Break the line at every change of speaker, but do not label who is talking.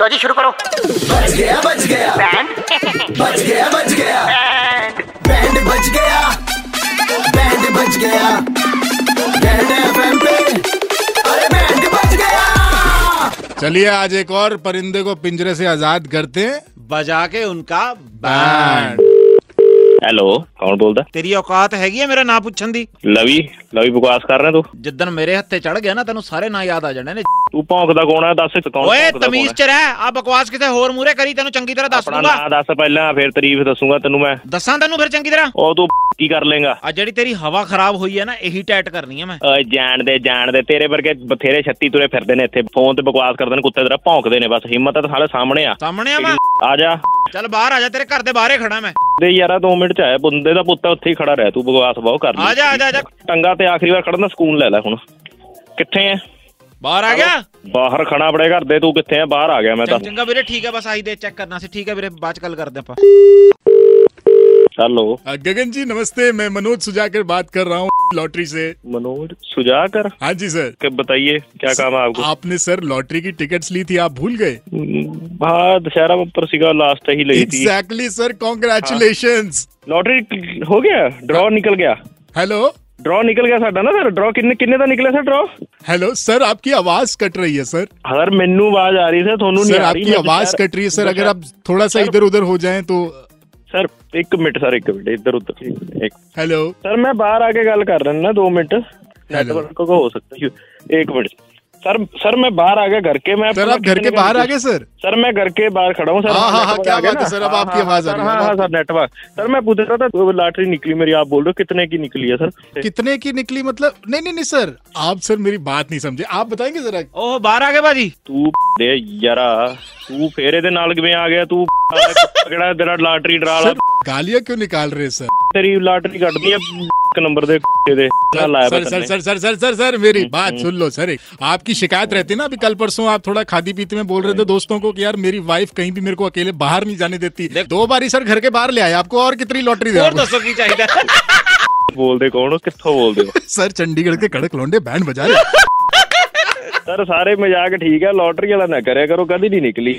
लो जी शुरू करो
बच गया बच गया
बैंड
बच गया बच गया
बैंड
बैंड बच गया बैंड बच गया बैंड एफएम पे अरे बैंड बच गया
चलिए आज एक और परिंदे को पिंजरे से आजाद करते हैं
ਬਜਾ ਕੇ ਉਨਕਾ
बैंड
ਹੈਲੋ ਕੌਣ ਬੋਲਦਾ
ਤੇਰੀ ਔਕਾਤ ਹੈਗੀ ਹੈ ਮੇਰਾ ਨਾਂ ਪੁੱਛਣ ਦੀ
ਲਵੀ ਲਵੀ ਬਕਵਾਸ ਕਰ ਰਿਹਾ ਤੂੰ
ਜਿੱਦਣ ਮੇਰੇ ਹੱਥੇ ਚੜ ਗਿਆ ਨਾ ਤੈਨੂੰ ਸਾਰੇ ਨਾਂ ਯਾਦ ਆ ਜਾਣੇ ਨੇ
ਤੂੰ ਭੌਂਕਦਾ ਕੌਣ ਹੈ ਦੱਸ ਕੌਣ
ਓਏ
ਭੌਂਕਦਾ
ਤਮੀਜ਼
ਕੌਣ
ਚ ਰਹਿ ਆ ਬਕਵਾਸ ਕਿਤੇ ਹੋਰ ਮੂਰੇ ਕਰੀ ਤੈਨੂੰ ਚੰਗੀ ਤਰ੍ਹਾਂ
ਹੈ?
ਦੱਸ
ਆਪਣਾ
ਦੂੰਗਾ
ਨਾਂ ਦੱਸ ਪਹਿਲਾਂ ਫਿਰ ਤਾਰੀਫ ਦੱਸੂਗਾ ਤੈਨੂੰ ਮੈਂ
ਦੱਸਾਂ ਤੈਨੂੰ ਫਿਰ ਚੰਗੀ ਤਰ੍ਹਾਂ
ਉਹ ਤੂੰ ਕੀ ਕਰ ਲੇਗਾ
ਆ ਜਿਹੜੀ ਤੇਰੀ ਹਵਾ ਖਰਾਬ ਹੋਈ ਹੈ ਨਾ ਇਹੀ ਟੈਟ ਕਰਨੀ ਹੈ ਮੈਂ
ਓਏ ਜਾਣ ਦੇ ਜਾਣ ਦੇ ਤੇਰੇ ਵਰਗੇ ਬਥੇਰੇ ਛੱਤੀ ਤੁਰੇ ਫਿਰਦੇ ਨੇ ਇੱਥੇ ਫੋਨ ਤੇ ਬਕਵਾਸ ਕਰਦੇ ਨੇ ਕੁੱਤੇ ਤਰ੍ਹਾਂ ਭੌਂਕਦੇ ਨੇ ਬਸ ਹਿੰਮਤ ਤਾਂ ਸਾਲੇ ਸਾਹਮਣੇ ਆ
ਸਾਹਮਣੇ ਆ ਮੈਂ
ਆ ਜਾ
ਚੱਲ ਬਾਹਰ ਆ ਜਾ ਤੇਰੇ ਘਰ ਦੇ ਬਾਹਰੇ ਖੜਾ ਮੈਂ
ਦੇ ਯਾਰਾ 2 ਮਿੰਟ ਚ ਆਇਆ ਬੰਦੇ ਦਾ ਪੁੱਤ ਆ, ਉੱਥੇ ਹੀ ਖੜਾ ਰਹਿ ਤੂੰ ਬਕਵਾਸ ਬਹੁਤ ਕਰ ਲਈ
ਆ ਜਾ ਆ ਜਾ, ਆ ਜਾ
ਟੰਗਾ ਤੇ ਆਖਰੀ ਵਾਰ ਖੜਨਾ ਸਕੂਨ ਲੈ ਲੈ ਹੁਣ ਕਿੱਥੇ ਐ
ਬਾਹਰ ਆ ਗਿਆ
ਬਾਹਰ ਖੜਾ ਆਪਣੇ ਘਰ ਦੇ ਤੂੰ ਕਿੱਥੇ ਐ ਬਾਹਰ ਆ ਗਿਆ ਮੈਂ ਤਾਂ
ਚੰਗਾ ਵੀਰੇ ਠੀਕ ਹੈ ਬਸ ਆਹੀ ਦੇ ਚੈੱਕ ਕਰਨਾ ਸੀ ਠੀਕ ਹੈ ਵੀਰੇ ਬਾਅਦ ਚ ਗੱਲ ਕਰਦੇ ਆਪਾਂ
ਹੈਲੋ
आ, गगन जी नमस्ते मैं मनोज सुजाकर बात कर रहा हूँ लॉटरी से
मनोज सुजाकर
हाँ जी सर
के बताइए क्या काम है आपको
आपने सर लॉटरी की टिकट्स ली थी आप भूल गए
हाँ दशहरा पर सीगा लास्ट ही लगी थी
एग्जैक्टली सर कॉन्ग्रेचुलेशन
लॉटरी हो गया ड्रॉ निकल गया
हेलो
ड्रॉ निकल गया ਸਾਡਾ ਨਾ ਸਰ ड्रॉ ਕਿੰਨੇ ਕਿੰਨੇ ਦਾ ਨਿਕਲਿਆ ਸਰ ड्रॉ
हेलो सर आपकी आवाज कट रही है सर
ਹਰ ਮੈਨੂੰ ਆਵਾਜ਼ ਆ ਰਹੀ ਸਰ ਤੁਹਾਨੂੰ ਨਹੀਂ
सर
ਆ ਰਹੀ
आपकी आवाज कट रही है सर अगर आप थोड़ा सा इधर उधर हो जाएं तो
ਸਰ 1 ਮਿੰਟ ਸਰ 1 ਮਿੰਟ ਇੱਧਰ ਉੱਧਰ ਇੱਕ
हेलो
ਸਰ ਮੈਂ ਬਾਹਰ ਆ ਕੇ ਗੱਲ ਕਰ ਰਿਹਾ ਨਾ 2 ਮਿੰਟ ਨੈਟਵਰਕ ਕੋ ਹੋ ਸਕਦਾ ਹੈ 1 ਮਿनट सर सर मैं बाहर आ गया घर के मैं
सर आप घर के बाहर आ गए सर
सर मैं घर के बाहर खड़ा हूँ सर
हाँ, हाँ, हाँ,
network
क्या
आ गया
बात है,
ना?
सर, अब
हाँ,
आपकी
हाँ,
आवाज आ गई,
सर हाँ हाँ सर नेटवर्क सर मैं पूछ रहा था लॉटरी निकली मेरी आप बोल रहे हो कितने की निकली है सर
कितने की निकली मतलब नहीं नहीं नहीं सर आप सर मेरी बात नहीं समझे आप बताएंगे जरा
ਓਹ ਬਾਹਰ ਆ ਗਏ ਬਾਜੀ
ਤੂੰ ਦੇ ਯਾਰਾ ਤੂੰ ਫੇਰ ਇਹਦੇ ਨਾਲ ਕਿਵੇਂ ਆ ਗਿਆ ਤੂੰ ਕਿਹੜਾ ਤੇਰਾ ਲਾਟਰੀ ਡਰਾ ਲਾ
सर गालियां क्यों निकाल रहे हैं सर
ਤੇਰੀ ਲਾਟਰੀ ਕੱਢਦੀ ਆ ਇੱਕ ਨੰਬਰ ਦੇ ਦੇ ਨਾਲ ਲਾਇਆ
sir sir sir sir sir sir sir मेरी बात सुन लो सर आपकी शिकायत रहती ना अभी कल परसों आप थोड़ा खादी पीते में बोल रहे थे दोस्तों को कि यार मेरी वाइफ कहीं भी मेरे को अकेले बाहर नहीं जाने देती दो बारी सर घर के बाहर ले आए आपको और कितनी लॉटरी दे
ਹੋਰ ਦੱਸੋ ਕੀ ਚਾਹੀਦਾ
ਬੋਲਦੇ ਕੌਣ ਹੋ? ਕਿੱਥੋਂ ਬੋਲਦੇ ਹੋ
सर चंडीगढ़ के कड़क लौंडे बैंड बजा रहे
ਸਰ ਸਾਰੇ ਮਜ਼ਾਕ ਠੀਕ ਆ ਲਾਟਰੀ ਵਾਲਾ ਨਾ ਕਰਿਆ ਕਰੋ ਕਦੀ ਨਹੀਂ ਨਿਕਲੀ